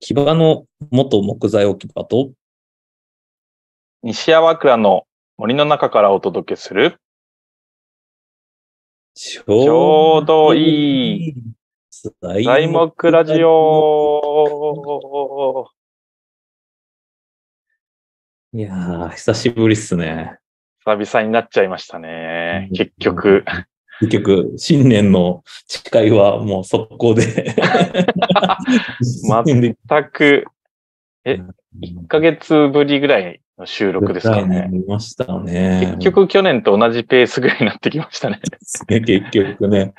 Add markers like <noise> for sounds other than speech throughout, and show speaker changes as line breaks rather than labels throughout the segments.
木場の元木材置き場と、
西山倉の森の中からお届けする、
ち
ちょうどいい
い材
材木ラジ。オ。
いやー、久しぶりっすね。
久々になっちゃいましたね
う。ん
結局。
結局、新年の誓いはもう速攻で。
全くえ
一
1ヶ月ぶりぐらいの収録ですかね。
りましたね
結。局去年と同じペースぐらいになってきました
<laughs>
ね。
結局ね。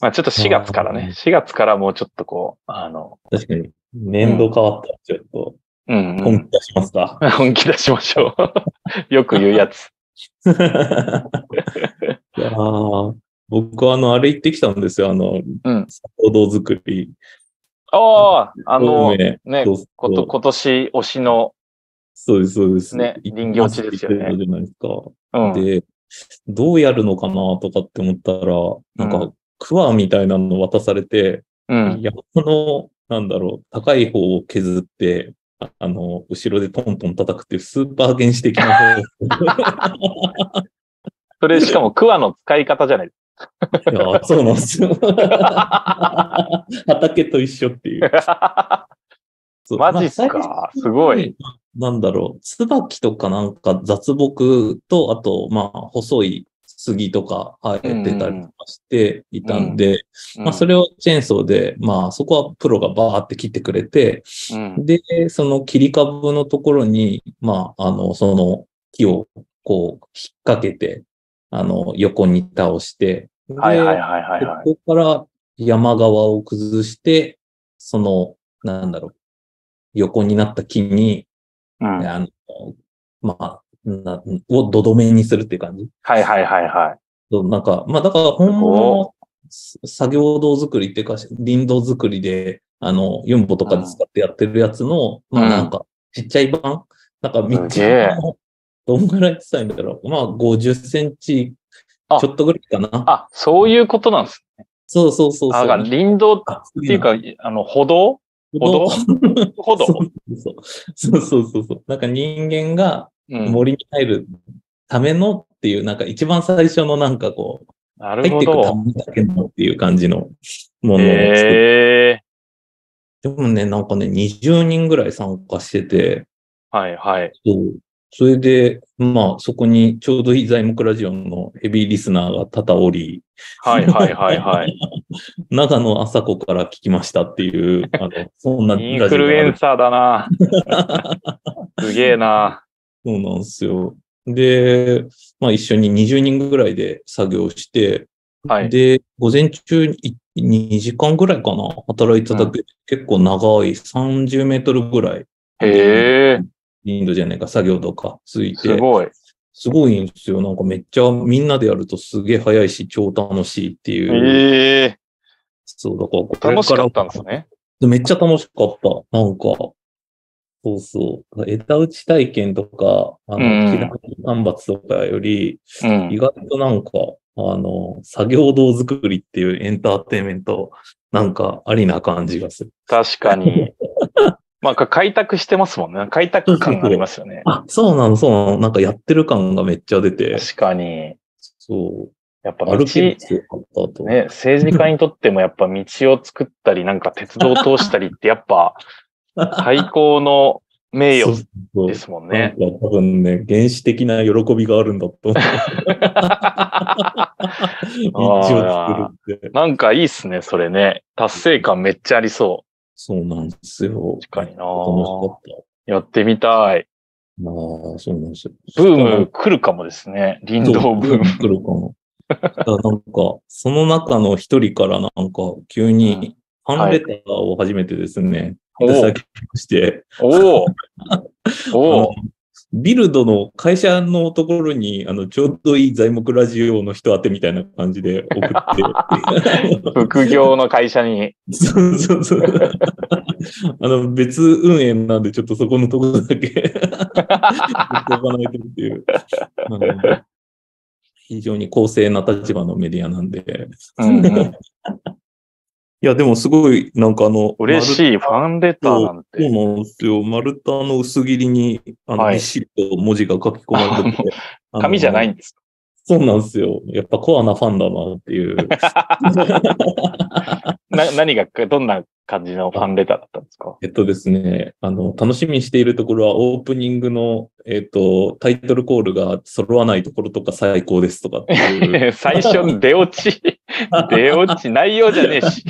まあちょっと4月から
うん
ね、4月からもうちょっとこう、あの、
確かに、年度変わったらちょっと
うん、う
本
ん
気出しますか。
本気出しましょう。 <laughs> よく言うやつ。
<laughs> いやー僕はあの、あれ行ってきたんですよ。あの、
うん。
行動作り。
ああ、あの、
ね、
ね、
そうそう
こと、今年推しの、
そうです、そうです。
ね林業地ですよね
行きますって言ってたじゃないですか。
うん。
で、どうやるのかなとかって思ったら、なんか、クワみたいなの渡されて、
うん。
山の、なんだろう、高い方を削って、ああの、後ろでトントン叩くっていうスーパー原始的な方
<laughs> それしかも桑の使い方じゃない。
いや、そうなんですよ。 <laughs> 畑と一緒っていう。そう
<laughs> マジっす
まあ
かすごい。。
なんだろう、椿とかなんか雑木と、あと、まあ、細い杉とか生えてたりとかしていたんで、まあ、それ
れ、
をチェーンソーで、まあ、そこはプロがバーって切ってくれて、
うん。
で、その切り株のところに、まあ、あの、その木をこう、引っ掛けて、あの、横に倒して、で
はいはいはいはいはい。
ここから山側を崩して、その、なんだろう、横になった木に、
うん。はい
あの、まあ、なを土留めにするっていう感じ。
はいはいはい。
そうなんか、まあだから本物のす作業道作りっていうか、林道作りで、あの、ユンボとかで使ってやってるやつの、
うん
まあなんか、ちっちゃい版なんかめっち
すげえ
ゃ、どんぐらいって言ったらいいんだろう。まあ50センチ
あ
ちょっとぐらいかな。
あ、そういうことなんです。
そうそうそうそう。
あ、だから林道っ
あ
ていうか、あの、歩道歩道歩道
そうそうそうそうそうそう。なんか人間が
うん。
森に入るためのっていう、なんか一番最初のなんかこう、
なる
入っ
ほ
ていくた
ど。
めだけのっていう感じのものを作って。
へえ。
でもね、なんかね、20人ぐらい参加してて、
はいはい。
そう。それで、まあ、そこにちょうどいい材木ラジオのヘビーリスナーが多々おり、
はいはいはい
<laughs>
はい。
長野朝子から聞きましたっていう、あの、そんなラ
イ
ジ
ン
オがあ
フ
る
ルエンサー
<laughs>
だな。すげえな。
そうなんですよ。で、まあ一緒に20人ぐらいで作業して、
はい。
で、午前中い2時間ぐらいかな、働いただけで、結構長い30メートルぐらい、
へえ。
インドじゃないか、作業とかついて、
すごい。
すごいんですよ。なんかめっちゃみんなでやるとすげえ早いし、超楽しいっていう。
ええ。
そう、だからこれら
楽しかったんですね。
めっちゃ楽しかった。なんか、そうそう。枝打ち体験とか、あ
うん
の、木だ間伐とかより、
う
意
ん。
外となんか、あの、作業道作りっていうエンターテインメント、なんかありな感じがする。
確かに。まあ、か開拓してますもんね。開拓感がありますよね。
<laughs> あ、そうなの、そうなの。なんかやってる感がめっちゃ出て、
確かに。
そう。
やっぱ道、
歩き
ね
も、強かったと。
政治家にとってもやっぱ道を作ったり、なんか鉄道を通したりってや
<laughs>
っぱ最高の名
そうそ
誉
うそう
ですもん
なん
ね
か。多分ね、原始的な喜びがあるんだと
<laughs>
思う。道を作るって。
なんかいいっすね、それね。達成感めっちゃありそ
そうなんですよ。
う。確かにな
楽しかった。
やってみたい。
まあ、そうなんですよ。
ブーム来るかもですね。林道ブーム。
来るかも。だからなんか、その中の一人からなんか、急に、ファンレターを初めてですね、
お
出
お
先して、
おおおお
あのビルドの会社のところに、あの、ちょうどいい材木ラジオの人宛てみたいな感じで送って、
<laughs> 副業の会社に。
そうそうそう。あの、別運営なんで、ちょっとそこのところ
<laughs>
だけ言っておかないとっていう。あの非常に公正な立場のメディアなんで、
うんうん
いや、でもすごい、なんかあの、
嬉しい、ファンレターなん
そ
て
う。なんですよ。丸太の薄切りに、あの、
は
び
い
っしりと文字が書き込まれてて。あの
紙じゃないんで
<laughs>
すか
そうなんですよ。やっぱコアなファンだなっていう。
な何が、どんな感じのファンレターだったんですか
えっとですね、あの、楽しみにしているところはオープニングの、えっと、タイトルコールが揃わないところとか最高ですとかって
<laughs>
いう。
最初に出落
<laughs>
ち、出落ち、内容じゃねえし。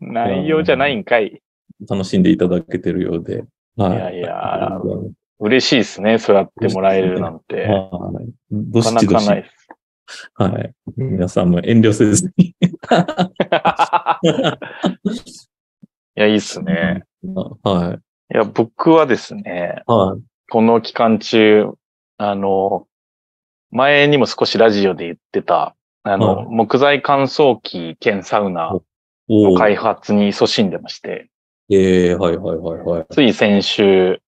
内容じゃないんかい。
楽しんでいただけてるようで。はいい。
やい
あり
や
がと、うござい
嬉しいですね。そうやってもらえるなんて。
ますはい。ど
なかな
しど
か
し
な。いです。
はい。皆さんも遠慮せずに。
いや、いいっすね。
はい
や、僕はですね、
い。はい。
この期間中、あの、前にも少しラジオで言ってた、あの、
はい
木材乾燥機兼サウナ
おー
の開発に勤しんでまして、
ええはいはいはいはい。
つい先週、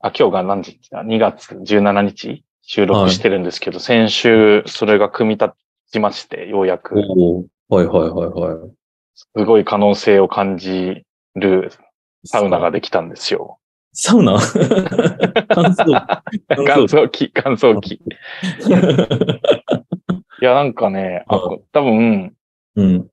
あ、今日が何時ですか ?2 月17日収録してるんですけど、先週それが組み立ちまして、ようやく、
おーはいはいはいは
すごい可能性を感じる
い。
サウナができたんですよ。
サウナ <laughs>
<laughs>
乾燥。
乾燥機、乾燥機。いや、なんかね、あ
は
多分、
<laughs> うん。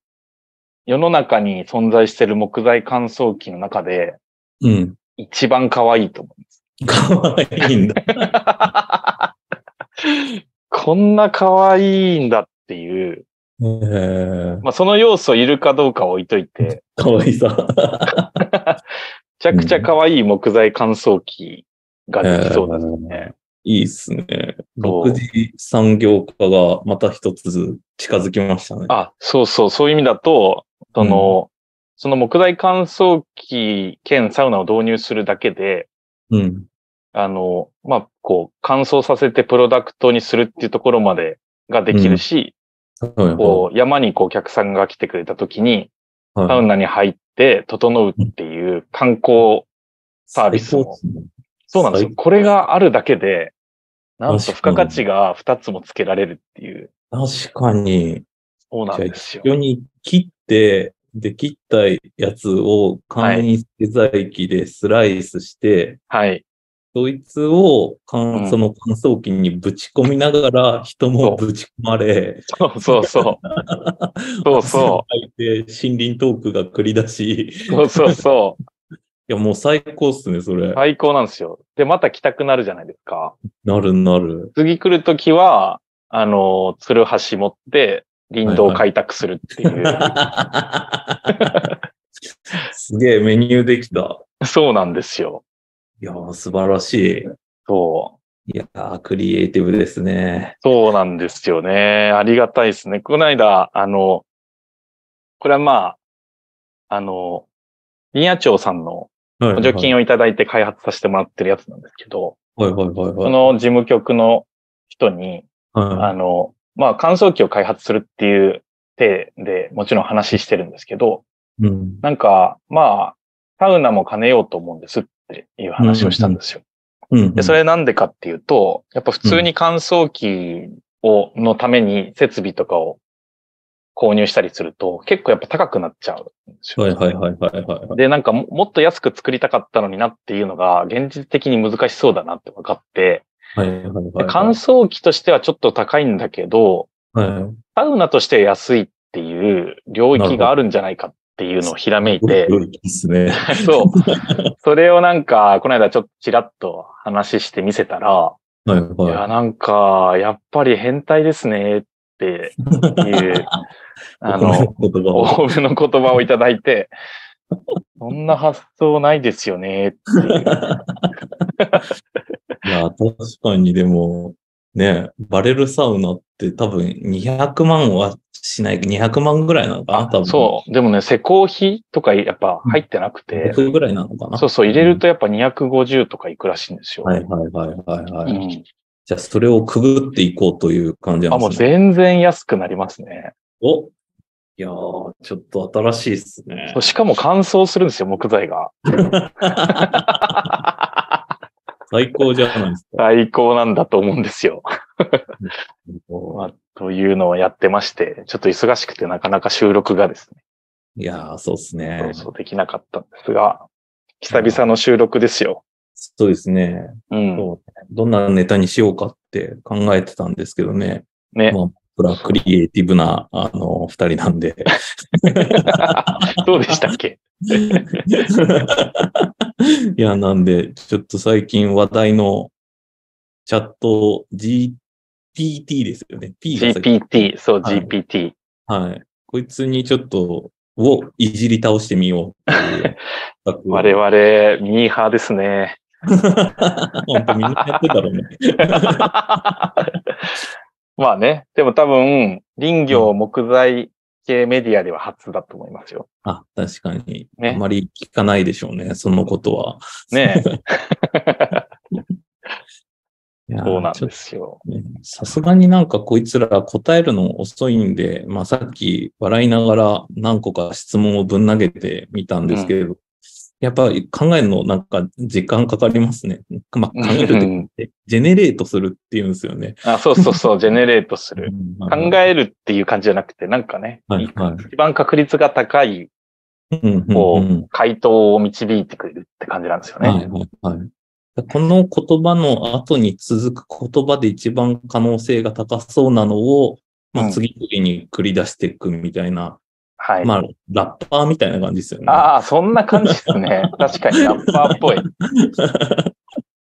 世の中に存在してる木材乾燥機の中で、
うん。
一番可愛いと思う。
かわいいんだ。
こんな可愛いんだっていう、
えー、
まあ、その要素いるかどうかは置いといて、
かわいさ。 <laughs>
めちゃくちゃ可愛い木材乾燥機ができそうですね。
いいっすね。
そう
6次産業化がまた一つ近づきましたね。
あ、そうそう、そういう意味だと、その、その木材乾燥機兼サウナを導入するだけで、
うん。
あの、まあ、こう、乾燥させてプロダクトにするっていうところまでができるし、
はいは
こう、山にこう、お客さんが来てくれた時に、
いはい
サウナに入って、整うっていう観光サービス
最高っ
も。
すね
そうなんですよ。
最
これがあるだけで、なんと付
確か
加
に
価値が2つもつけられるっていう、
確かに、
そうなんですよ
非。常に切って、で、切ったやつを簡易製材機でスライスして、
はい。
そいつを乾、
うん
その乾燥機にぶち込みながら、人もぶち込まれ、
そうそうそう。そう
<laughs>
そ
汗をかいて森林トークが繰り出し、
う。そうそうそう。
いや、もう最高っすね、それ。
最高なんですよ。で、また来たくなるじゃないですか。
なるなる。
次来るときは、あの、ツルハシ持って、林道を開拓するっていう。
すげえ、メニューできた。
<laughs> そうなんですよ。
いやー、素晴らし
そう。
い。いやー、クリエイティブですね。
そうなんですよね。ありがたいですね。この間、あの、これはまあ、あの、林野町さんの
はい
補助金をいただいて開発させてもらってるやつなんですけど、
はいはいはい
そ
はい。
の事務局の人に、
は
あの、まあ、乾燥機を開発するっていう体でもちろん話してるんですけど、
い。うん。
なんか、まあ、サウナも兼ねようと思うんですっていう話をしたんですよ。
うん。
で、それなんでかっていうと、やっぱ普通に乾燥機を、のために設備とかを購入したりすると、結構やっぱ高くなっちゃうんですよ。
はいはいはいはいはい。
で、なんかももっと安く作りたかったのになっていうのが、現実的に難しそうだなって分かって、
はいはいはいは
で
い。
乾燥機としてはちょっと高いんだけど、
は
サウナとして安いっていう領域があるんじゃないかっていうのをひらめい
い。
て、
良いですね。
<laughs> そう。それをなんか、この間ちょっとちらっと話してみせたら、
はい
い
はい。
や、なんか、やっぱり変態ですね、っていう、 <laughs> あの、
言葉を。
応募の言葉をいただいて、そんな発想ないですよね、っていう。
いや、確かにでも、ね、バレルサウナって多分200万はしない、200万ぐらいなのかな多分。
そう。でもね、施工費とかやっぱ入ってなくて、
100ぐらいなのかな
そうそう、入れるとやっぱ250とかいくらしいんですよ。
はいはいはいはいはい。
うん
じゃあ、それをくぐっていこうという感じな
あ、
ん
もう
ですね。
全然安くなりますね。
おいやー、ちょっと新しいっすね。
しかも乾燥するんですよ、木材が。
最高じゃないですか。
最高なんだと思うんですよ。 <laughs> まあ、というのをやってまして、ちょっと忙しくてなかなか収録がですね、
いやー、そうですね。
そうそうできなかったんですが、久々の収録ですよ。
そうですね。
うん。
そうねどんなネタにしようかって考えてたんですけどね。
ね。
まあ、僕らクリエイティブな、あの、二人なんで。 <laughs>
<laughs> どうでしたっけ
いや、なんで、ちょっと最近話題のチャット GPT ですよね。P が先
?GPT、そう、
はい
GPT。
はい。こいつにちょっと、をいじり倒してみようっていう企画を。
<laughs> 我々、ミーハーで
<laughs>
すね。
本当みんなやってたろうね。
<laughs> まあね、でも多分、林業木材系メディアでは初だと思いますよ。
あ、確かに。
ね
あまり聞かないでしょうね、そのことは。
ね
<laughs> いやー
そうなん
ちょっ
で
と
すよ。
ねさすがになんかこいつら答えるの遅いんで、まあさっき笑いながら何個か質問をぶん投げてみたんですけれど、やっぱ考えるのなんか時間かかりますね。まあ考えるって、ジェネレートするっていうんですよね。
あそうそうそう、ジェネレートする。考
え
えるっていう感じじゃなくて、なんかね、
はいは
一番確率が高い
い。うんうんう
こ
ん
回答を導いてくれるって感じなんですよね。
はいはいはい。この言葉の後に続く言葉で一番可能性が高そうなのを、ま
う
あ、
ん
次々に繰り出していくみたいな、
はい。
まあ、ラッパーみたいな感じですよね。
ああ、そんな感じです
<laughs>
ね。確かに、ラッパーっぽい。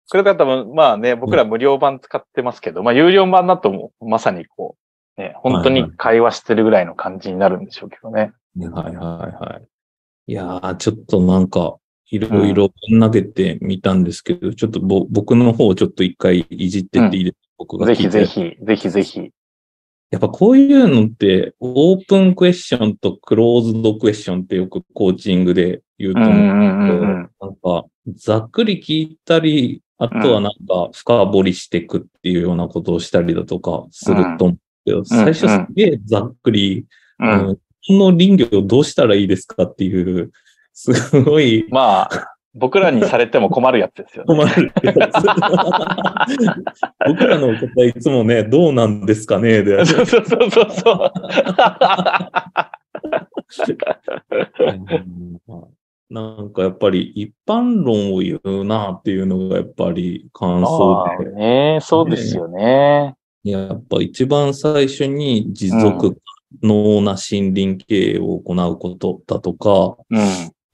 それから多分、まあね、僕ら無料版使ってますけど、まあ有料版だともうまさにこう、ね、本当に会話してるぐらいの感じになるんでしょうけどね。
ねはいはいはい。いやー、ちょっとなんか、いろいろ投げてみたんですけど、ちょっとぼ僕の方をちょっと一回いじってっていいですか、僕が聞い
ぜ
て
ひぜひ、ぜひぜひ。
やっぱこういうのって、オープンクエスチョンとクローズドクエスチョンってよくコーチングで言う
う
と
んう
思うん
んうんうん。
なんか、ざっくり聞いたり、あとはなんか、深掘りしていくっていうようなことをしたりだとかすると思うけど、最初すげえざっくり、
う
うん
ん
この林業どうしたらいいですかっていう、すごい
まあ、僕らにされても困るやつです
<laughs>
よね。
困るやつ。僕らの答えいつもね、どうなんですかね <laughs> で、
そうそうそうそうそう。
なんかやっぱり一般論を言うなっていうのがやっぱり感想
あ
で
あ。ね、そうですよね。
やっぱ一番最初に持続可能な森林経営を行うことだとか、
うん。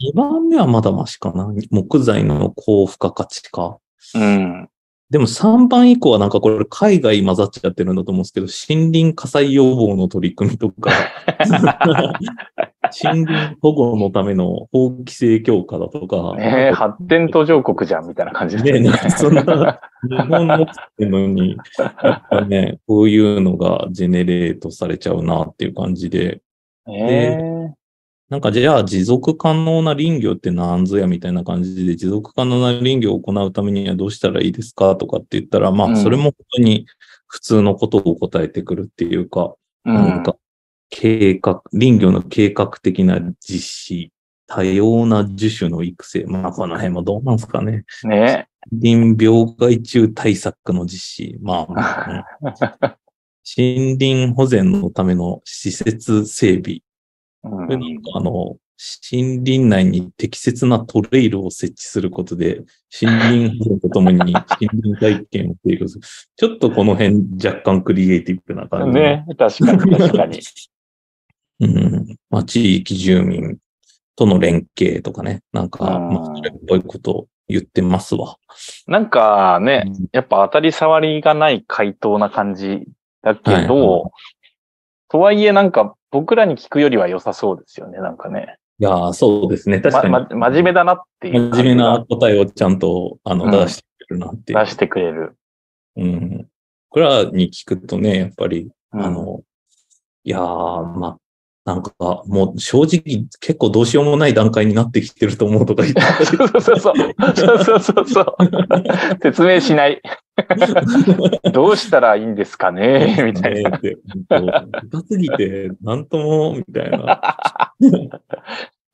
2番目はまだマシかな。木材の高付加価値化。
うん。
でも3番以降はなんかこれ海外混ざっちゃってるんだと思うんですけど、森林火災予防の取り組みと
<laughs>
か、森林保護のための法規制強化だとか、
ねえ発展途上国じゃん、みたいな感じです
ね、
よね
なん。かそんな、日本のってのに、やっぱね、こういうのがジェネレートされちゃうなっていう感じで、
ねえ
なんかじゃあ持続可能な林業ってなんぞやみたいな感じで、持続可能な林業を行うためにはどうしたらいいですかとかって言ったら、ま
うん
あ、それも本当に普通のことを答えてくるっていうか、
う
なん
ん。
か、計画、林業の計画的な実施、多様な樹種の育成、まあ、この辺もどうなんですかね。
ね
森林病害虫対策の実施。まあまあ、うん森林保全のための施設整備。
う
これ
ん
なんかあの、森林内に適切なトレイルを設置することで、森林保全とともに森林体験を提供する。ちょっとこの辺若干クリエイティブな感じ。
ね確かに、確かに。
うん。まあ、地域住民との連携とかね。なんか、
うん
まあ、それっぽいことを言ってますわ。
なんかね、やっぱ当たり障りがない回答な感じだけ
は
ど、とはいえなんか僕らに聞くよりは良さそうですよね、なんかね。
いやーそうですね。確か
ま、
に。
ま、真面目だなっていう
真
感
面
じ
目
が
な答えをちゃんとあの、
うん
出してくれるなっていう
出してくれる。
うん。これらに聞くとね、やっぱり、
うん
あの、いやー、まあ、なんか、もう正直結構どうしようもない段階になってきてると思うとか言ってたり
そうそうそう。そうそうそうそう。説明しない。どうしたらいいんですかね <laughs> みたいな。
ねって。本当深すぎて、なんとも、みたいな。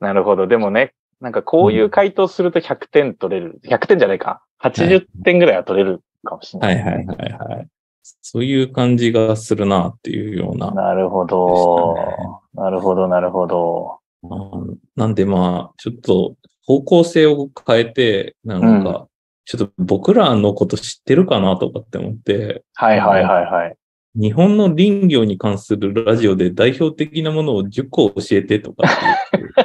なるほど。でもね、なんかこういう回答すると100点取れる。100点じゃないか。 80点ぐらいは取れるかもしれな。
はいいはいはいはい。そういう感じがするなっていうような。
なるほ
で
ど、
したね
なるほど、なるほど。
うんなんでまあ、ちょっと方向性を変えて、なんか、ちょっと僕らのこと知ってるかなとかって思って、
はいはいはいはい。
日本の林業に関するラジオで代表的なものを10個教えてとかって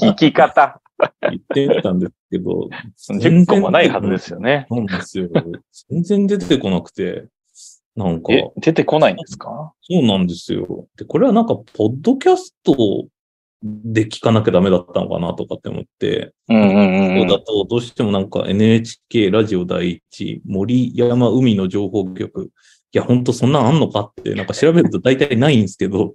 聞き方。、
言って言ってみたんですけど
10個もないはずですよね。
そうなんですよ。全然出てこなくて、なんか、
え、出てこないんですか
そうなんですよ。で、これはなんか、ポッドキャストで聞かなきゃダメだったのかなとかって思って、
うんうんう
こ
ん
こ。だとどうしてもなんか NHK ラジオ第一、森山海の情報局、いや、ほんとそんなんあんのかって、なんか調べると大体ないんですけ
<laughs>
ど、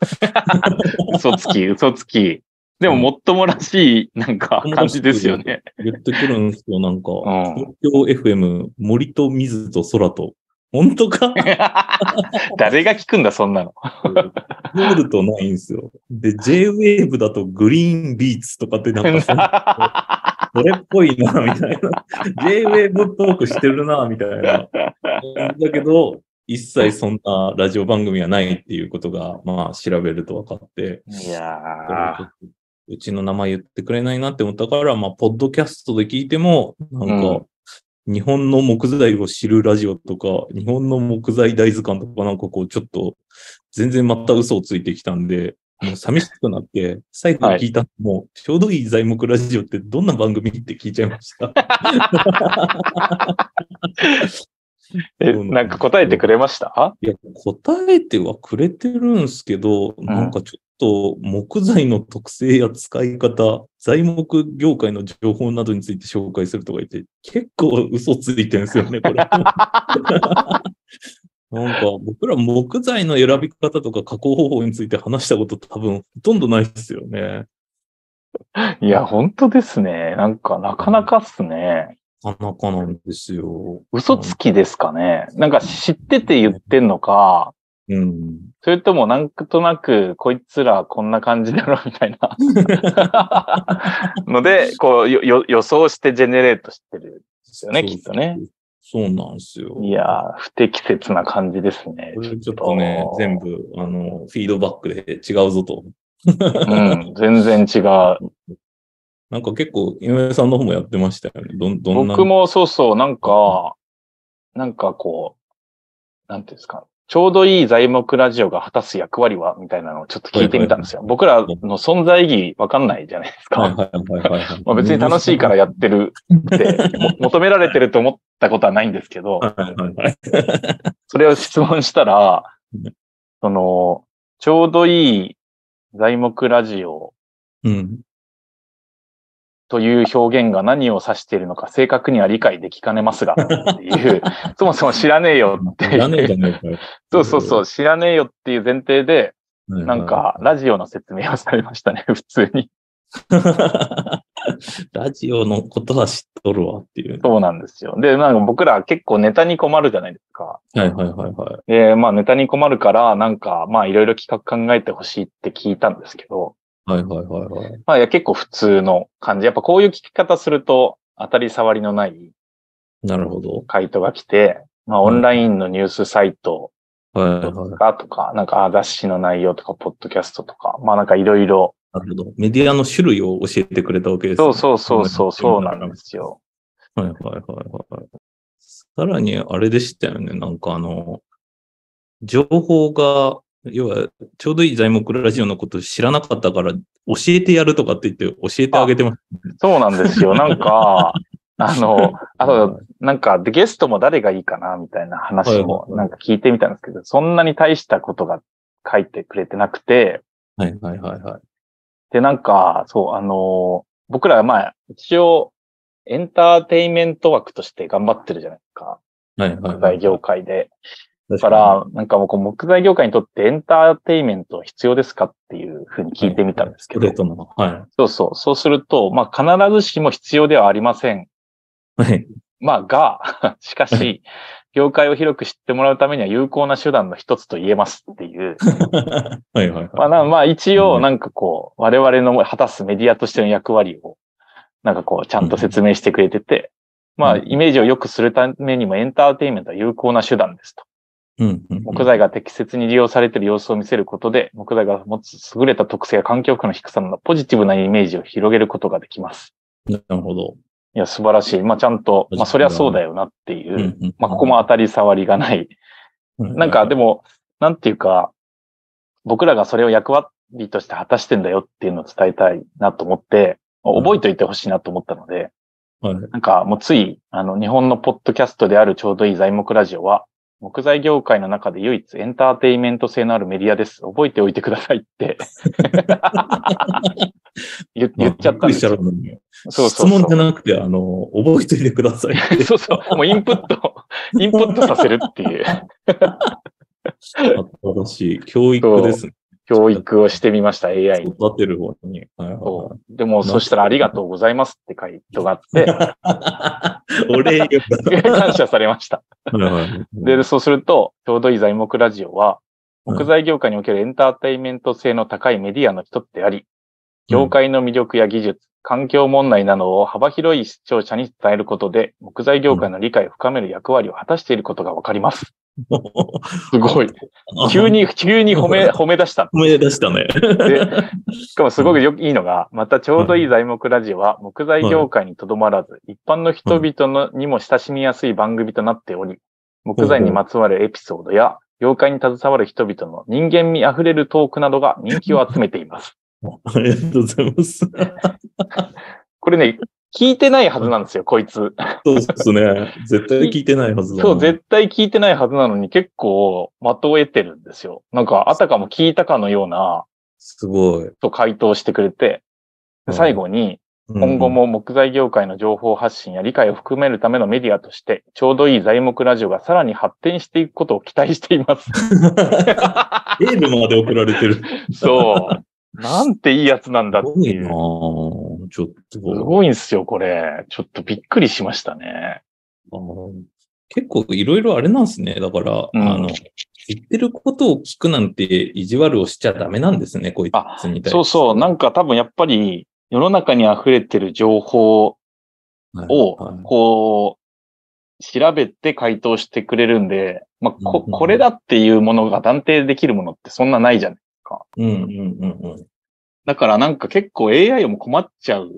嘘つき、嘘つき。でも、もっともらしい、なんか、感じですよね。
言ってくるんですよ、なんか。
うん。
東京 FM、森と水と空と。本当
<laughs>
か
誰が聞くんだ、そんなの。
ゴールとないんですよ。で、J-Wave だとグリーンビーツとかってなんかそんなそれっぽいな、みたいな。J-Wave っぽくしてるな、みたいな。だけど、一切そんなラジオ番組はないっていうことが、まあ、調べると分かって、
いや
うちの名前言ってくれないなって思ったから、まあ、ポッドキャストで聞いても、なんか、
うん
日本の木材を知るラジオとか、日本の木材大図鑑とかなんかこう、ちょっと、全然また嘘をついてきたんで、もう寂しくなって、最後に聞いた、もう、ちょうどいい材木ラジオってどんな番組って聞いちゃいました。
ーえ、なんか答えてくれました
いや、答えてはくれてるんすけど、なんかちょっと木材の特性や使い方、材木業界の情報などについて紹介するとか言って、結構嘘ついてるんですよね、 <laughs> これ。なんか僕ら木材の選び方とか加工方法について話したこと多分ほとんどないですよね。
いや、本当ですね。なんか、なかなかっすね。
なかなかなんですよ。
嘘つきですかね。なんか、知ってて言ってんのか、
うん。
それとも、なんとなく、こいつらこんな感じだろ、みたいな。
<laughs>
ので、こう、よよ予想してジェネレートしてる。
です
よねきっとね。
そうなんですよ。
いやー、不適切な感じですね。
これちょっとね、全部、あの、フィードバックで違うぞと。
うん、全然違う。
なんか結構、井上さんの方もやってましたよね。どん、どんな。
僕もそうそう、なんか、なんかこう、なんていうんですか、ちょうどいい材木ラジオが果たす役割はみたいなのをちょっと聞いてみたんですよ。僕らの存在意義わかんないじゃないですか。
はいはいはいはいはい。
まあ、別に楽しいからやってるって、
<laughs>
も求められてると思ったことはないんですけど、
はいはいはい。
それを質問したら
うん、
その、ちょうどいい材木ラジオ
うん。
という表現が何を指しているのか正確には理解できかねますが、っていう、そもそも知らねえよって
いらね
い
え
う
じゃねえかよ。
<laughs> そうそうそう、知らねえよっていう前提で、
はいは
ないんか、ラジオの説明をされましたね、 <laughs> 普通に。
<laughs> ラジオのことは知っとるわっていう。
そうなんですよ。で、なんか僕ら結構ネタに困るじゃないですか。
はいはいはいはい。
で、まあネタに困るから、なんか、まあいろいろ企画考えてほしいって聞いたんですけど、
はいはいはいはい。
まあいや結構普通の感じ。やっぱこういう聞き方すると当たり障りのない
なるほど。
回答が来て、まあオンラインのニュースサイト
はいはい。
とか、とかなんかあ雑誌の内容とか、ポッドキャストとか、まあなんかいろいろ。
なるほど。メディアの種類を教えてくれたわけですね。
そうそうそうそう、そうなんですよ。
はいはいはいはい。さらにあれでしたよね。なんかあの、情報が、要は、ちょうどいい材木ラジオのこと知らなかったから、教えてやるとかって言って、教えてあげてまし
そうなんですよ。なんか、あの、
た。
あと、なんか、でゲストも誰がいいかな、みたいな話
はい
を
は、いはい
なんか聞いてみたんですけど、そんなに大したことが書いてくれてなくて、
はいはいはいはい。
で、なんか、そう、あの、僕らはまあ、一応、エンターテインメント枠として頑張ってるじゃないですか。
はいはい、
木
はい
材。業界で。
だ
だか、ら、なんかもうこう、木材業界にとってエンターテインメント必要ですかっていうふうに聞いてみたんですけど、
ストレートの。は
そうそう、そうすると、まあ、必ずしも必要ではありません
い。はい。
まあ、が、 <laughs> しかし、業界を広く知ってもらうためには有効な手段の一つと言えますっていう。
はいはい
まあ、
は
なまあ、一応、なんかこう、我々の果たすメディアとしての役割を、なんかこう、ちゃんと説明してくれてて、まあ、
うん
イメージを良くするためにもエンターテインメントは有効な手段ですと。
うんうん
木材が適切に利用されている様子を見せることで、木材が持つ優れた特性や環境負荷の低さなど、ポジティブなイメージを広げることができます。
なるほど。
いや、素晴らしい。まあ、ちゃんと、
ポジティブだね
まあ、そりゃそうだよなっていう。
うんうん
まあ、ここも当たり障りがない。なんか、で
も、
も、なんていうか、僕らがそれを役割として果たしてんだよっていうのを伝えたいなと思って、まあ
うん
覚えておいてほしいなと思ったので、
はい
なんかもうつい、あの、日本のポッドキャストであるちょうどいい材木ラジオは、木材業界の中で唯一エンターテインメント性のあるメディアです。覚えておいてくださいって言言っちゃっ
びく
たんで
りし
す
た
よ。
らなんだよ
そう
質
そうそう
問じゃなくて、あの、覚えておいてくださいって。
そうそう。もうインプッ
<laughs>
ト、インプットさせるっていう
新しい教育ですね。
教育をしてみました、AI に。
育てる方に。はいはいはい
そうでも、そしたらありがとうございますって回答があって、
お礼言う
<laughs> 感謝されました。 <laughs> で、そうすると、ちょうどいい材木ラジオは、
うん
木材業界におけるエンターテインメント性の高いメディアの一つであり、業界の魅力や技術、環境問題などを幅広い視聴者に伝えることで、木材業界の理解を深める役割を果たしていることがわかります。すごい。
<laughs>
急に、急に褒 <laughs> め、褒め出した。
思い出したね。
で、しかもすごくよいいのが、またちょうどいい材木ラジオは木材業界にとどまらず、一般の人々のにも親しみやすい番組となっており、木材にまつわるエピソードや、業界に携わる人々の人間味あふれるトークなどが人気を集めています。 <laughs>
ありがとうございます。
これね、聞いてないはずなんですよ、こいつ。
そうですね。絶対聞いてないはずだな。
そう、絶対聞いてないはずなのに結構的を得てるんですよ。なんか、あたかも聞いたかのような、
すごい。
と回答してくれて、で最後に、今後も木材業界の情報発信や理解を含めるためのメディアとして、ちょうどいい材木ラジオがさらに発展していくことを期待しています。
<laughs> うん。 <laughs> エールまで送られて
<laughs>
る。
そう。なんていいやつなんだ
す
って
ごい
い
な
う。
あ
す
ちょっと。
ごいんすよ、これ。ちょっとびっくりしましたね。
あー結構いろいろあれなんですね。だから、
うん
あの、言ってることを聞くなんて意地悪をしちゃダメなんですね、こいつみたいな。
そうそう。なんか多分やっぱり、世の中に溢れてる情報
はい
を
はい、
こう、調べて回答してくれるんで、まあ、こ、
うんうん
これだっていうものが断定できるものってそんなないじゃない
うんうんうんうん。
だからなんか結構 AI も困っちゃう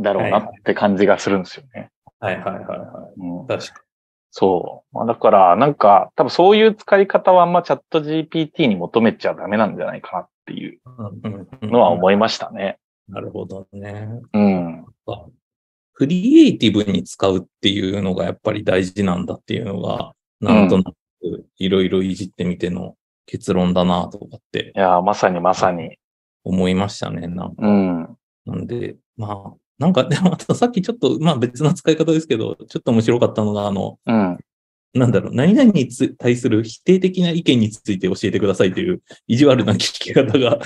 だろうなって感じがするんですよね。
はいはいはいは
うん
い。確か
そう。まあだからなんか多分そういう使い方はあんまチャット GPT に求めちゃダメなんじゃないかなっていう
に。うんうん
のは思いましたね。
なるほどね。
うん。
クリエイティブに使うっていうのがやっぱり大事なんだっていうのが、なんとなくいろいろいじってみての結論だなとかって
いやー、まさにまさに。
思いましたね。なんか
うん。
なんで、まあ、なんか、 <laughs> でも、あとさっきちょっと、まあ別な使い方ですけど、ちょっと面白かったのが、あの、
うん。 <laughs>
なんだろう、何々につ対する否定的な意見について教えてくださいという意地悪な聞き方が、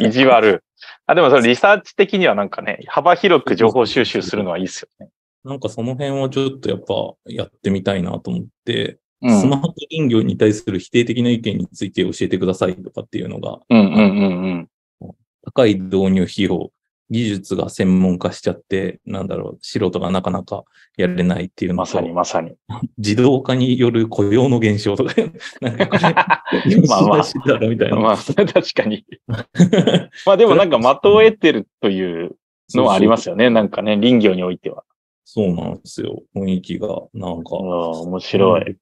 意地悪。あ、でもそれリサーチ的にはなんかね、幅広く情報収集するのはいいですよね。
なんかその辺はちょっとやっぱやってみたいなと思って、
う
スマ
ん。
ート林業に対する否定的な意見について教えてくださいとかっていうのが、
うんうんうんうん。
高い導入費用、技術が専門化しちゃって、なんだろう、素人がなかなかやれないっていうの
ま
と
さにまさに。
自動化による雇用の減少とか、 <laughs> なんかこれ、
<laughs> まあまあ
吉田氏だろみたいな。
まあ、確かに。まあでもなんか的を得てるという <laughs> のはありますよね。なんかね、林業においては。
<laughs> そうなんですよ。雰囲気が、なんか。
うん面白い。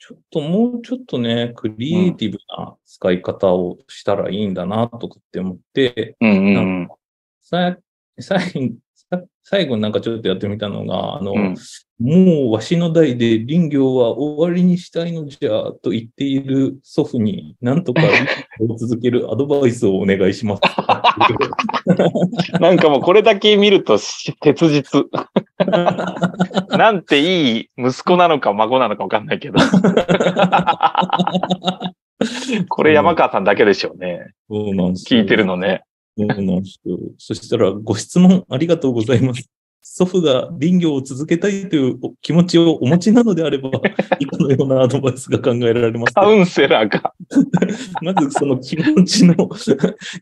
ちょっともうちょっとね、クリエイティブな使い方をしたらいいんだな、とかって思って、
うんうん
さ、さいさ最後になんかちょっとやってみたのが、あの、
うん。
もうわしの代で林業は終わりにしたいのじゃと言っている祖父に何
<laughs>
とか林業を続けるアドバイスをお願いします。
<laughs> なんかもうこれだけ見るとし切 <laughs> 実。なんていい息子なのか孫なのかわかんない <laughs> けど。これ山川さんだけでしょうね。
そうなんですよ
聞いてるのね。
そうなんですよ。そしたら、ご質問ありがとうございます。祖父が林業を続けたいというお気持ちをお持ちなのであれば、以下のようなアドバイスが考えられます。
カウンセラーか。
まずその気持ちの、 <laughs>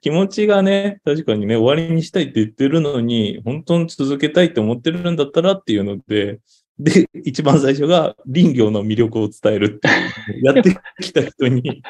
気持ちがね、確かにね、終わりにしたいって言ってるのに、本当に続けたいって思ってるんだったらっていうので、で、一番最初が林業の魅力を伝えるっていうやってきた人 <laughs> に。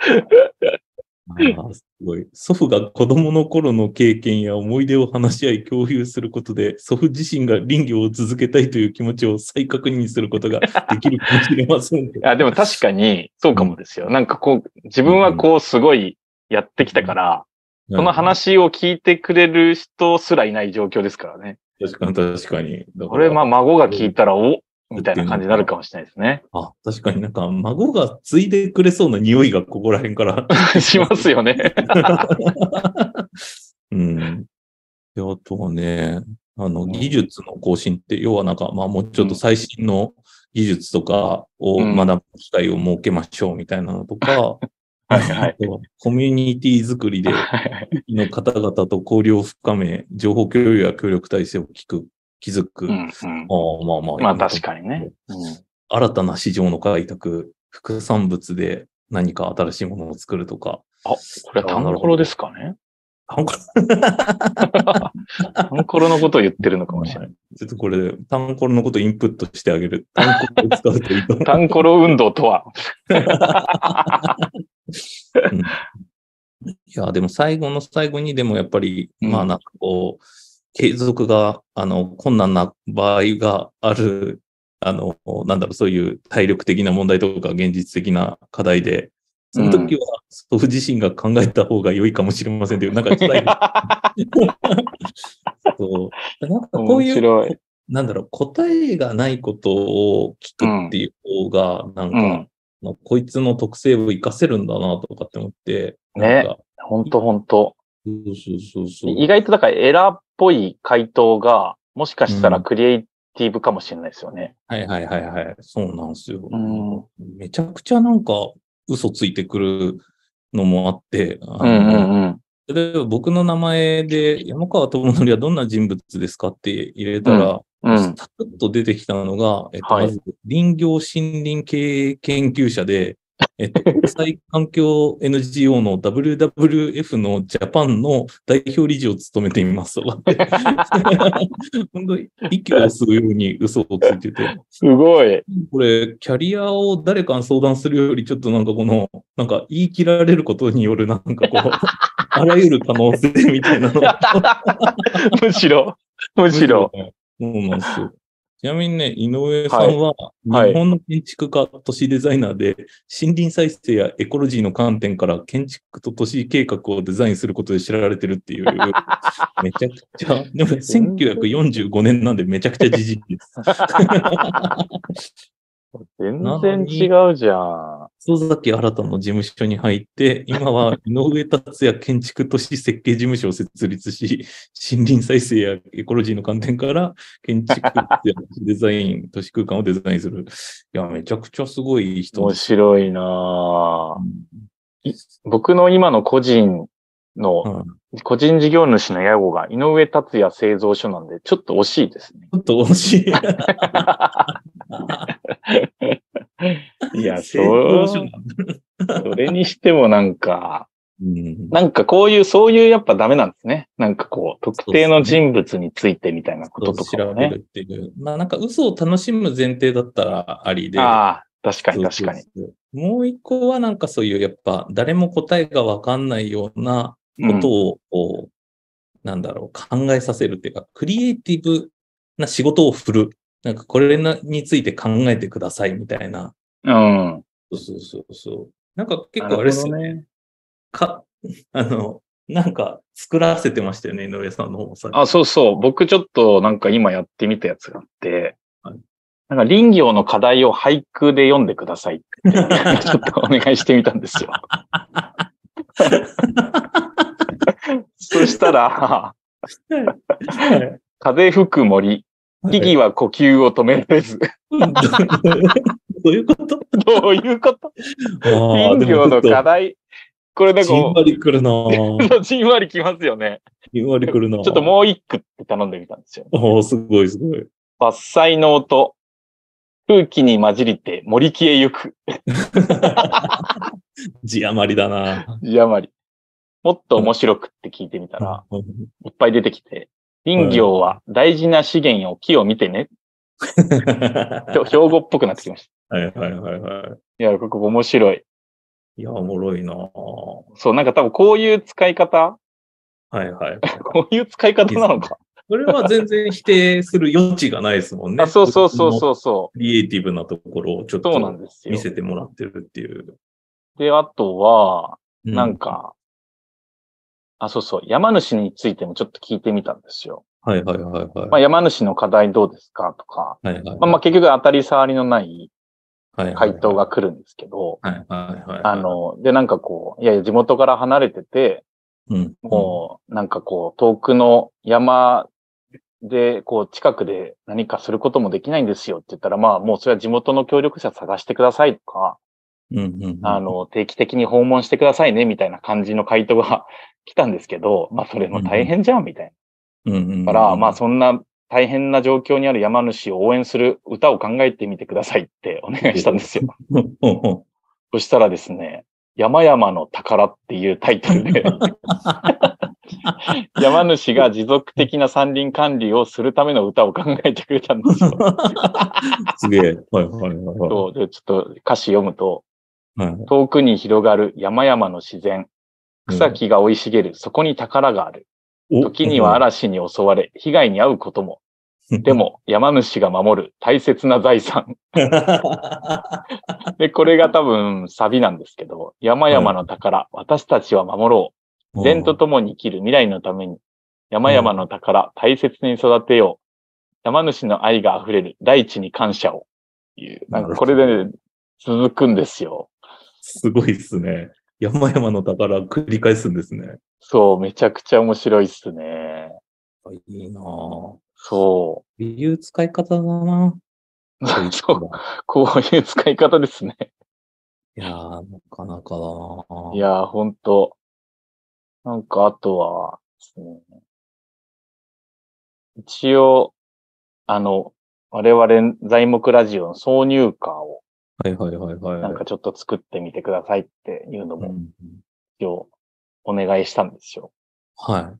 あーすごい。祖父が子供の頃の経験や思い出を話し合い共有することで、祖父自身が林業を続けたいという気持ちを再確認することができるかもしれません。
いや、でも確かに、そうかもですよ。なんかこう、自分はこう、すごいやってきたから、その話を聞いてくれる人すらいない状況ですからね。
確かに確かに。だか
こ
ら
れ、まあ、孫が聞いたら、おみたいな感じになるかもしれないですね。
あ、確かになんか孫がついでくれそうな匂いがここら辺から。
<laughs>
<laughs>
しますよね。
うん。で、あとはね、あの、
うん
技術の更新って、要はなんか、まあもうちょっと最新の技術とかを
うん
学ぶ機会を設けましょうみたいなのとか、
<laughs> はいはい。
あとはコミュニティ作りで、地域の方々と交流を深め、情報共有や協力体制を聞く、気づく。
う
あ
んうん
あまあまあ。
まあ確かにね。うん
新たな市場の開拓、副産物で何か新しいものを作るとか。
これはタンコロですかね
あこれ
タンコロのことを言ってるのかも <laughs> しれない。
ちょっとこれ、タンコロのことインプットしてあげる。タンコロを使うとい
<laughs>
いと思う。
タンコロ運動とは。
いや、でも最後の最後に、でもやっぱり、
うん
まあなんかこう、継続が、あの、困難な場合がある、あの、なんだろう、そういう体力的な問題とか現実的な課題で、その時は、祖父自身が考えた方が良いかもしれませんという、なんか辛
<laughs>
いそうなんかこう
面
いう
白い。
なんだろう、答えがないことを聞くっていう方が、なんか、
うん
まあこいつの特性を活かせるんだなとかって思って、
ね
なんか
ほんとほんと。
そうそうそうそう。
意外とだからエラーっぽい回答が、もしかしたらクリエイティブかもしれないですよね。
はいはいはいはい。そうなんですよ。
うん
めちゃくちゃなんか嘘ついてくるのもあって、あの
うんうんうん。
例えば僕の名前で山川智則はどんな人物ですかって入れたら、
うん。
サクッと出てきたのが、えっと、
はい
まず林業森林経営研究者で、え
<laughs>
っと、国際環境 NGO の WWF のジャパンの代表理事を務めていますとかって。
<laughs>
本当に息を吸うように嘘をついてて、
すご <laughs> い。
これ、キャリアを誰かに相談するより、ちょっとなんかこの、なんか言い切られることによる、なんかこ
<laughs>
う、あらゆる可能性みたいなのが
むしろ、むしろ。。
そうなんですよ。ちなみにね、井上さんは、
はい
日本の建築家、都市デザイナーで、森林再生やエコロジーの観点から建築と都市計画をデザインすることで知られてるっ
<laughs>
ていう、めちゃくちゃ、でも1945年なんでめちゃくちゃじじいです。
全
なの
然
に
違うじゃん。
曽崎新の事務所に入って、今は井上達也建築都市設計事務所を設立し、森林再生やエコロジーの観点から建築やデザイン、都市空間をデザインする。いや、めちゃくちゃすごい人
面
です。
白いなぁ。僕の今の個人の、個人事業主の屋号が井上達也製造所なんで、ちょっと惜しいですね。
ちょっと惜しい。
いや、
成功
そ
者
う、
だ
それにしてもなんか、
うん
なんかこういう、そういうやっぱダメなんですね。なんかこう、特定の人物についてみたいなこととか
調
も
べ
ね。
るっていう。まあなんか嘘を楽しむ前提だったらありで。
ああ、確かに確かに
そ。うそうそう。もう一個はなんかそういうやっぱ誰も答えがわかんないような
う
こ
ん
とをこう、なんだろう、考えさせるっていうか、クリエイティブな仕事を振る。なんかこれなについて考えてくださいみたいな。
うん。
そうそうそうそう。なんか結構あれですよ
な
ね。
るほどね。
か、あの、なんか作らせてましたよね、井上さんの方もさ。
あ、そうそう。僕ちょっとなんか今やってみたやつがあって
はい、
なんか林業の課題を俳句で読んでください
<laughs>
って、ちょっとお願いしてみたんですよ。そしたら、風吹く森、
<laughs>
木
はい
々は呼吸を止められず。
どういうこと
<laughs> どういうこと
あー
林業の課題、これなんか
じん
も
わりくるな
う、
ぁ
じんわりきますよね。
じんわりくるな
ちょっともう一句って頼んでみたんですよ。
う。おーすごいすごい。 <laughs>
伐採の音。空気に混じりて森木へ行く。
字余りだな
字余り。もっと面白くって聞いてみたら、
ぁ。
いっぱい出てきて、林業は大事な資源を木を見てね。ひょ標語っぽくなってきまし
はいはいはいは
た。いや、ここ面白い。
い。いや、おもろいなぁ。
そう、なんか多分こういう使い方 <laughs>
はいはい。
こういう使い方なのか。
それは全然否定する余地がないですもんね。
あそうそうそう
う。
そうそ
クリエイティブなところをちょっ
う。そうなん
と
ですよ
見。せてもらってるっていう。
で、あとは、
う
なん。か、あ、そうそう、山主についてもちょっと聞いてみたんですよ。
はいはいはいはい。
まあ、山主の課題どうですかとか、
はいはいはい
まあ、まあ結局当たり障りのない
はいはい
回答が来るんですけど、
はいはいはい。
あ、の、で、なんかこう、いやいや、地元から離れてて、
うん、
もう、なんかこう、遠くの山で、こう、近くで何かすることもできないんですよって言ったら、まあ、もうそれは地元の協力者探してくださいとか、
うん、うんうん。
あの、定期的に訪問してくださいね、みたいな感じの回答が <laughs> 来たんですけど、まあ、それも大変じゃん、みたい
うん、うんうん。
な。から、まあ、そんな大変な状況にある山主を応援する歌を考えてみてくださいってお願いしたんですよ。
うんうんうん
そしたらですね、山々の宝っていうタイトルで、山主が持続的な山林管理をするための歌を考えてくれたんですよ。
すげえ。はいはいはいは
そうでちょっと歌詞読むと、
い。はい
遠くに広がる山々の自然、草木が生い茂る、そこに宝がある。時には、嵐に襲われ、被害に遭うことも。で
も。 <laughs>
も、山主が守る大切な財産。で、これが多分サビなんですけど、山々の宝、私たちは守ろう。自然と共に生きる未来のために、山々の宝、大切に育てよう。山主の愛が溢れる大地に感謝を。いう、なんかこれで、ね、続くんですよ。
すごいっすね。山々の宝繰り返すんですね。
そう、めちゃくちゃ面白いっすね。
いいなぁ。こ
そう
いう使い方だな
う。
ぁ。
<laughs> そう、こういう使い方ですね。
いやー、なかなかだないぁ。
やー、ほんと。なんか、あとは、ですね。一応、あの、我々材木ラジオの挿入歌を
はいはいはいはい。
なんかちょっと作ってみてくださいっていうの
うんう
も
ん、
一応お願いしたんですよ。
は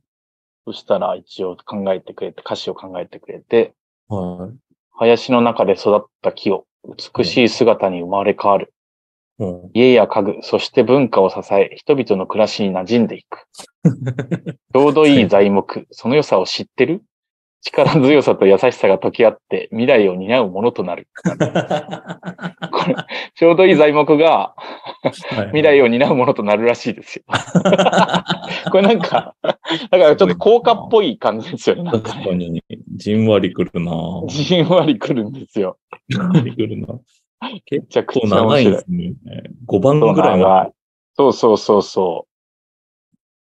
そしたら一応考えてくれて、歌詞を考えてくれて、
い。はい。
林の中で育った木を美しい姿に生まれ変わる。 <laughs>
うん
家や家具、そして文化を支え、人々の暮らしに馴染んでいく。ちょうどいい材木、その良さを知ってる力強さと優しさが溶け合って未来を担うものとなる。これ、ちょうどいい材木が <laughs> 未来
を。
を担うものとなるらしいですよ。 <laughs> これなんか、だからちょっと効果っぽい感じですよね。なん
確
か
か
ね
に、じんわりくるなぁ。
じんわりくるんですよ。
じんわりくるな
めちゃくち
結構
ゃ面
長い
白
で
い
す。ね。5番ぐらいま
長いそうそうそうそ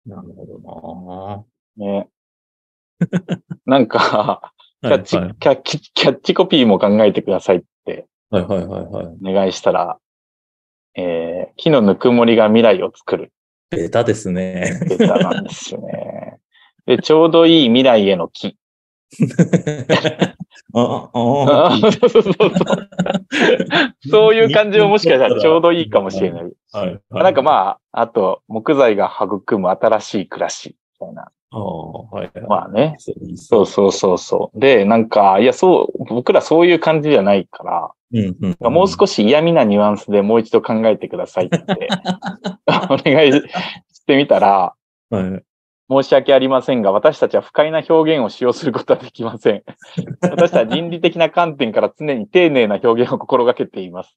で。なるほ
う。
<laughs>
ね。なんか、キ
どな
ャッ
ぁ。
チ、キャッチ、キャッチコピーも考えてくださいって
はいはいはいはい。
お願いしたら、えー、木のぬくもりが未来を作る
ベタですね。
ベタなんですよね。で、ちょうどいい未来への木。
<laughs> あ、あ、
あーそうそうそうそう。 <laughs> そういう感じももしかしたらちょうどいいかもしれない。
はい。
なんか
あ、
まあ、あと、木材が育む新しい暮らし、みたいな。
あはい。
まあね。
そう
そうそうそうそう。で、なんか、いや、そう、僕らそういう感じじゃないから、
うんうんうん。
もう少し嫌味なニュアンスでもう一度考えてくださいって
<laughs>
お願いしてみたら、
はい。 <laughs>
申し訳ありませんが、私たちは不快な表現を使用することはできません。私たちは倫理的な観点から常に丁寧な表現を心がけています。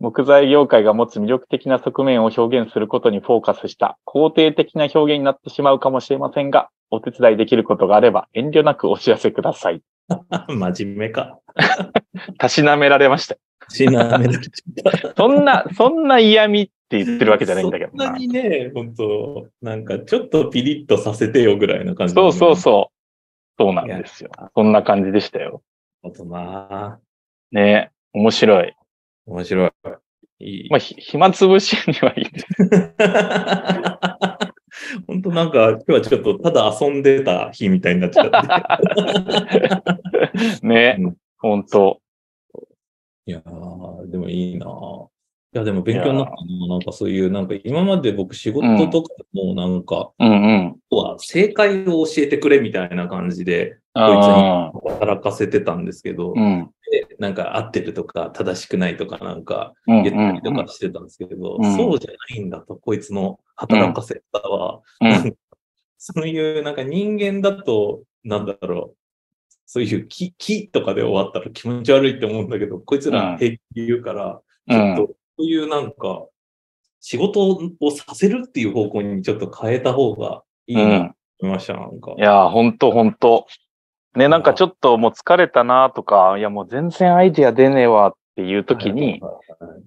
木材業界が持つ魅力的な側面を表現することにフォーカスした肯定的な表現になってしまうかもしれませんが、お手伝いできることがあれば遠慮なくお知らせください。
真面目か。
たしなめられました。
しなめられちゃった。
そんな、そんな嫌味って言ってるわけじゃないんだけど
そん
な
な。にね、本当なんかちょっとピリッとさせてよぐらいな感じ、
そうそう
う。
そう。そうなんですよ。そんな感じでしたよ。
あとな
ね面白い。
面白い。いい
まあ、ひ <laughs> 暇つぶしにはいいです。
<laughs> 本当なんか今日はちょっとただ遊んでた日みたいになっちゃって。
ね
うん。
本当
いやー、でもいいなぁいや、でも勉強になったななんかそういう、なんか今まで僕仕事とかもなんか、
うんうん。
は正解を教えてくれみたいな感じで
あ
働かせてたんですけど、
ーうん。
でなんか合ってるとか正しくないとかなんか
うん。
言ったりと
うん
かしてたんですけど、
うん
そうじゃないんだと、こいつの働かせ方は、
うん
そういう、なんか人間だと、なんだろう。そういう木、木とかで終わったら気持ち悪いって思うんだけど、こいつ
う
ら
ん
平気で言うから、
う
ちょっと、
ん。
そういうなんか、仕事をさせるっていう方向にちょっと変えた方がいいうなと
ん。
思いました、なんか
い。やー、本当本当ね、なんかちょっともう疲れたなとか、いやもう全然アイディア出ねえわっていう時に、
はい、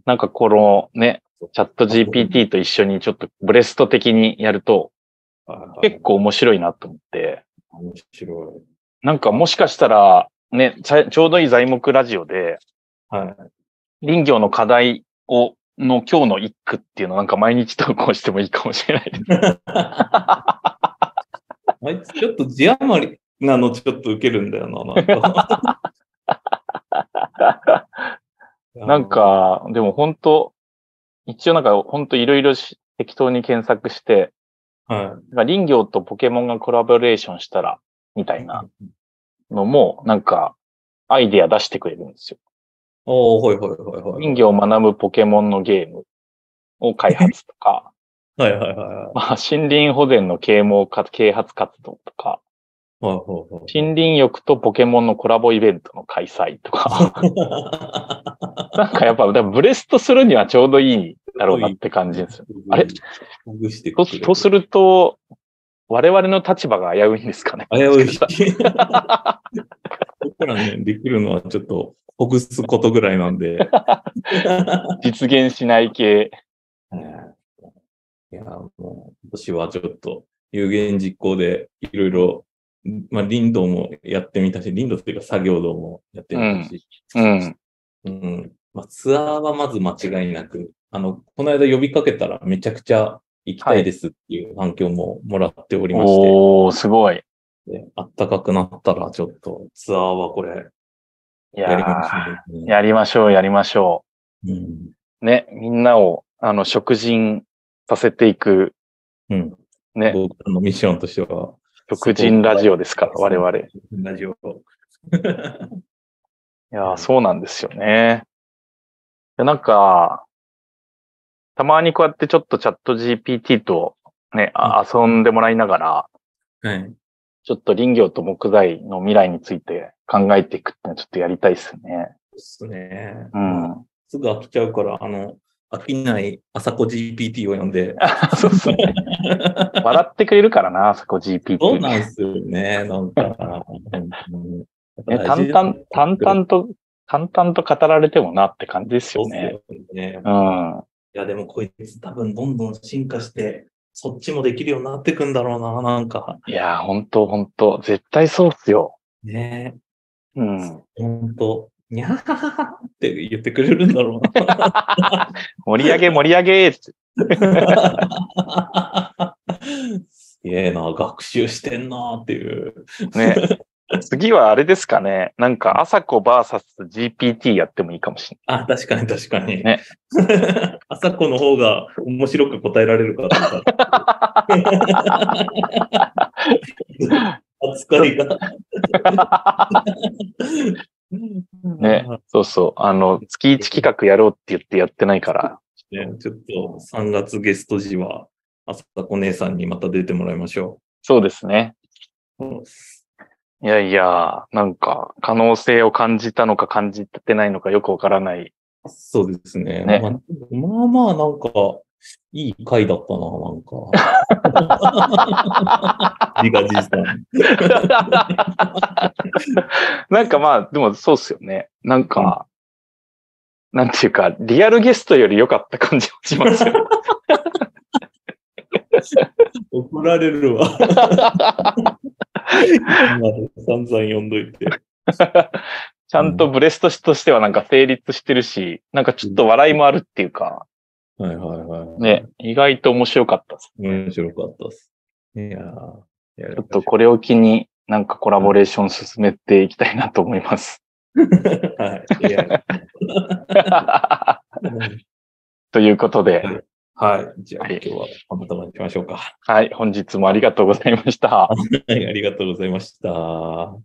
なんかこのね、チャット GPT と一緒にちょっとブレスト的にやると、
結
結構面白いなと思って、
構面白い。
なんかもしかしたら、ね、ちゃちょうどいい材木ラジオで、
はい。
林業の課題を、の今日の一句っていうのなんか毎日投稿してもいいかもしれない。
あ
<laughs>
いつちょっと字余りなのちょっと受けるんだよな、なんか。
<laughs> なんか、でも本当一応なんか本当いろいろし適当に検索して、
は
なんか林業とポケモンがコラボレーションしたら、みた
い
い。なのも、なんか、アイディア出してくれるんですよ。
おおはいはいはいはい。
林業を学ぶポケモンのゲームを開発とか、 <laughs>
はいはいはいはい。はい
まあ、森林保全の啓蒙か啓発活動とか、
はい
森林浴とポケモンのコラボイベントの開催とか、
は
なんかやっぱ、だからブレストするにはちょうどいいだろうなって感
い。
じですよ。
うん
あれ
ほぐして
と
くれ
とすると、我々の立場が危ういんですかね。
危うい。 <laughs> 僕らね、できるのはちょっと、ほぐすことぐらいなん <laughs> で。
実現しない系。
いや、もう、今年はちょっと、有言実行で、いろいろ、まあ、林道もやってみたし、林道っていうか作業道もやってみたし、
うん。
うん。まあ、ツアーはまず間違いなく、あの、この間呼びかけたらめちゃくちゃ行きたいですっていう反響ももらっておりまして、
おー、すごい。
であったかくなったらちょっとツアーはこれ
い
や
や
りま
ー
すね。
やりましょう、やりましょ
うん。
う。ね、みんなを、あの、食人させていく、
うん。
ね、
僕らのミッションとしては、
食人ラジオですから、
そう
我々。い
ラジオ。
やー、そうなんですよね。いやなんか、たまにこうやってちょっとチャット GPT とね、あ遊んでもらいながら、
はい。
ちょっと林業と木材の未来について考えていくっていうのはちょっとやりたいですね。
ですね。
うん。
<laughs> すぐ飽きちゃうから、あの、飽きない朝子 GPT を呼んで。
そうですね。 <laughs> 笑ってくれるからな、そこ GPT。
そうなんですよ
<laughs>
ね。なんか、うん
ね、淡々、淡々と、淡々と語られてもなって感じです
そう
よ
っす
ね。
よね。
うん。あ
いや、でもこいつ多分どんどん進化して、そっちもできるようになってくんだろうな、なんか。
いやー、ほんとほんと、絶対そうっすよ。
ね
うん。
え、ほんと、にゃははははって言ってくれるんだろう
盛り上げ盛り上げーって
な。 <laughs> すげえな、学習してんなっていう。
ね。 <laughs> 次はあれですかね。なんか、朝子 VSGPT やってもいいかもしれ
あ、確かに確かに。 <laughs>
ね。
朝子の方が面白く答えられるか <laughs> と思った。扱いが。
<laughs> ね。ない。そうそう。あの、月1企画やろうって言ってやってないから。
ね、ちょっと3月ゲスト時は、朝子姉さんにまた出てもらいましょ
そうですね。
う。うん
いやいや、なんか、可能性を感じたのか感じてないのかよくわから <laughs> ない。
そうですね。
ね
まあまあまあ、なんか、いい回だったな、なん <laughs> か。自画自賛。
なんかまあ、でもそうっすよね。なんか、なんていうか、リアルゲストより良かった感じもしますよ。
怒られるわ。今散々読んどいて。
ちゃんとブレストとしてはなんか成立してるし、なんかちょっと笑いもあるっていうか、
はいはいはい。
ね、意外と面白かったです。
面白かったです。いやーいや
ちょっとこれを機に、なんかコラボレーション進めていきたいなと思います。
はい。い <laughs> や
<laughs> ということで、
はい。じゃあ、
はい
今日はこのところにしましょうか。
はい、本日もありがとうございました。
はい、ありがとうございました。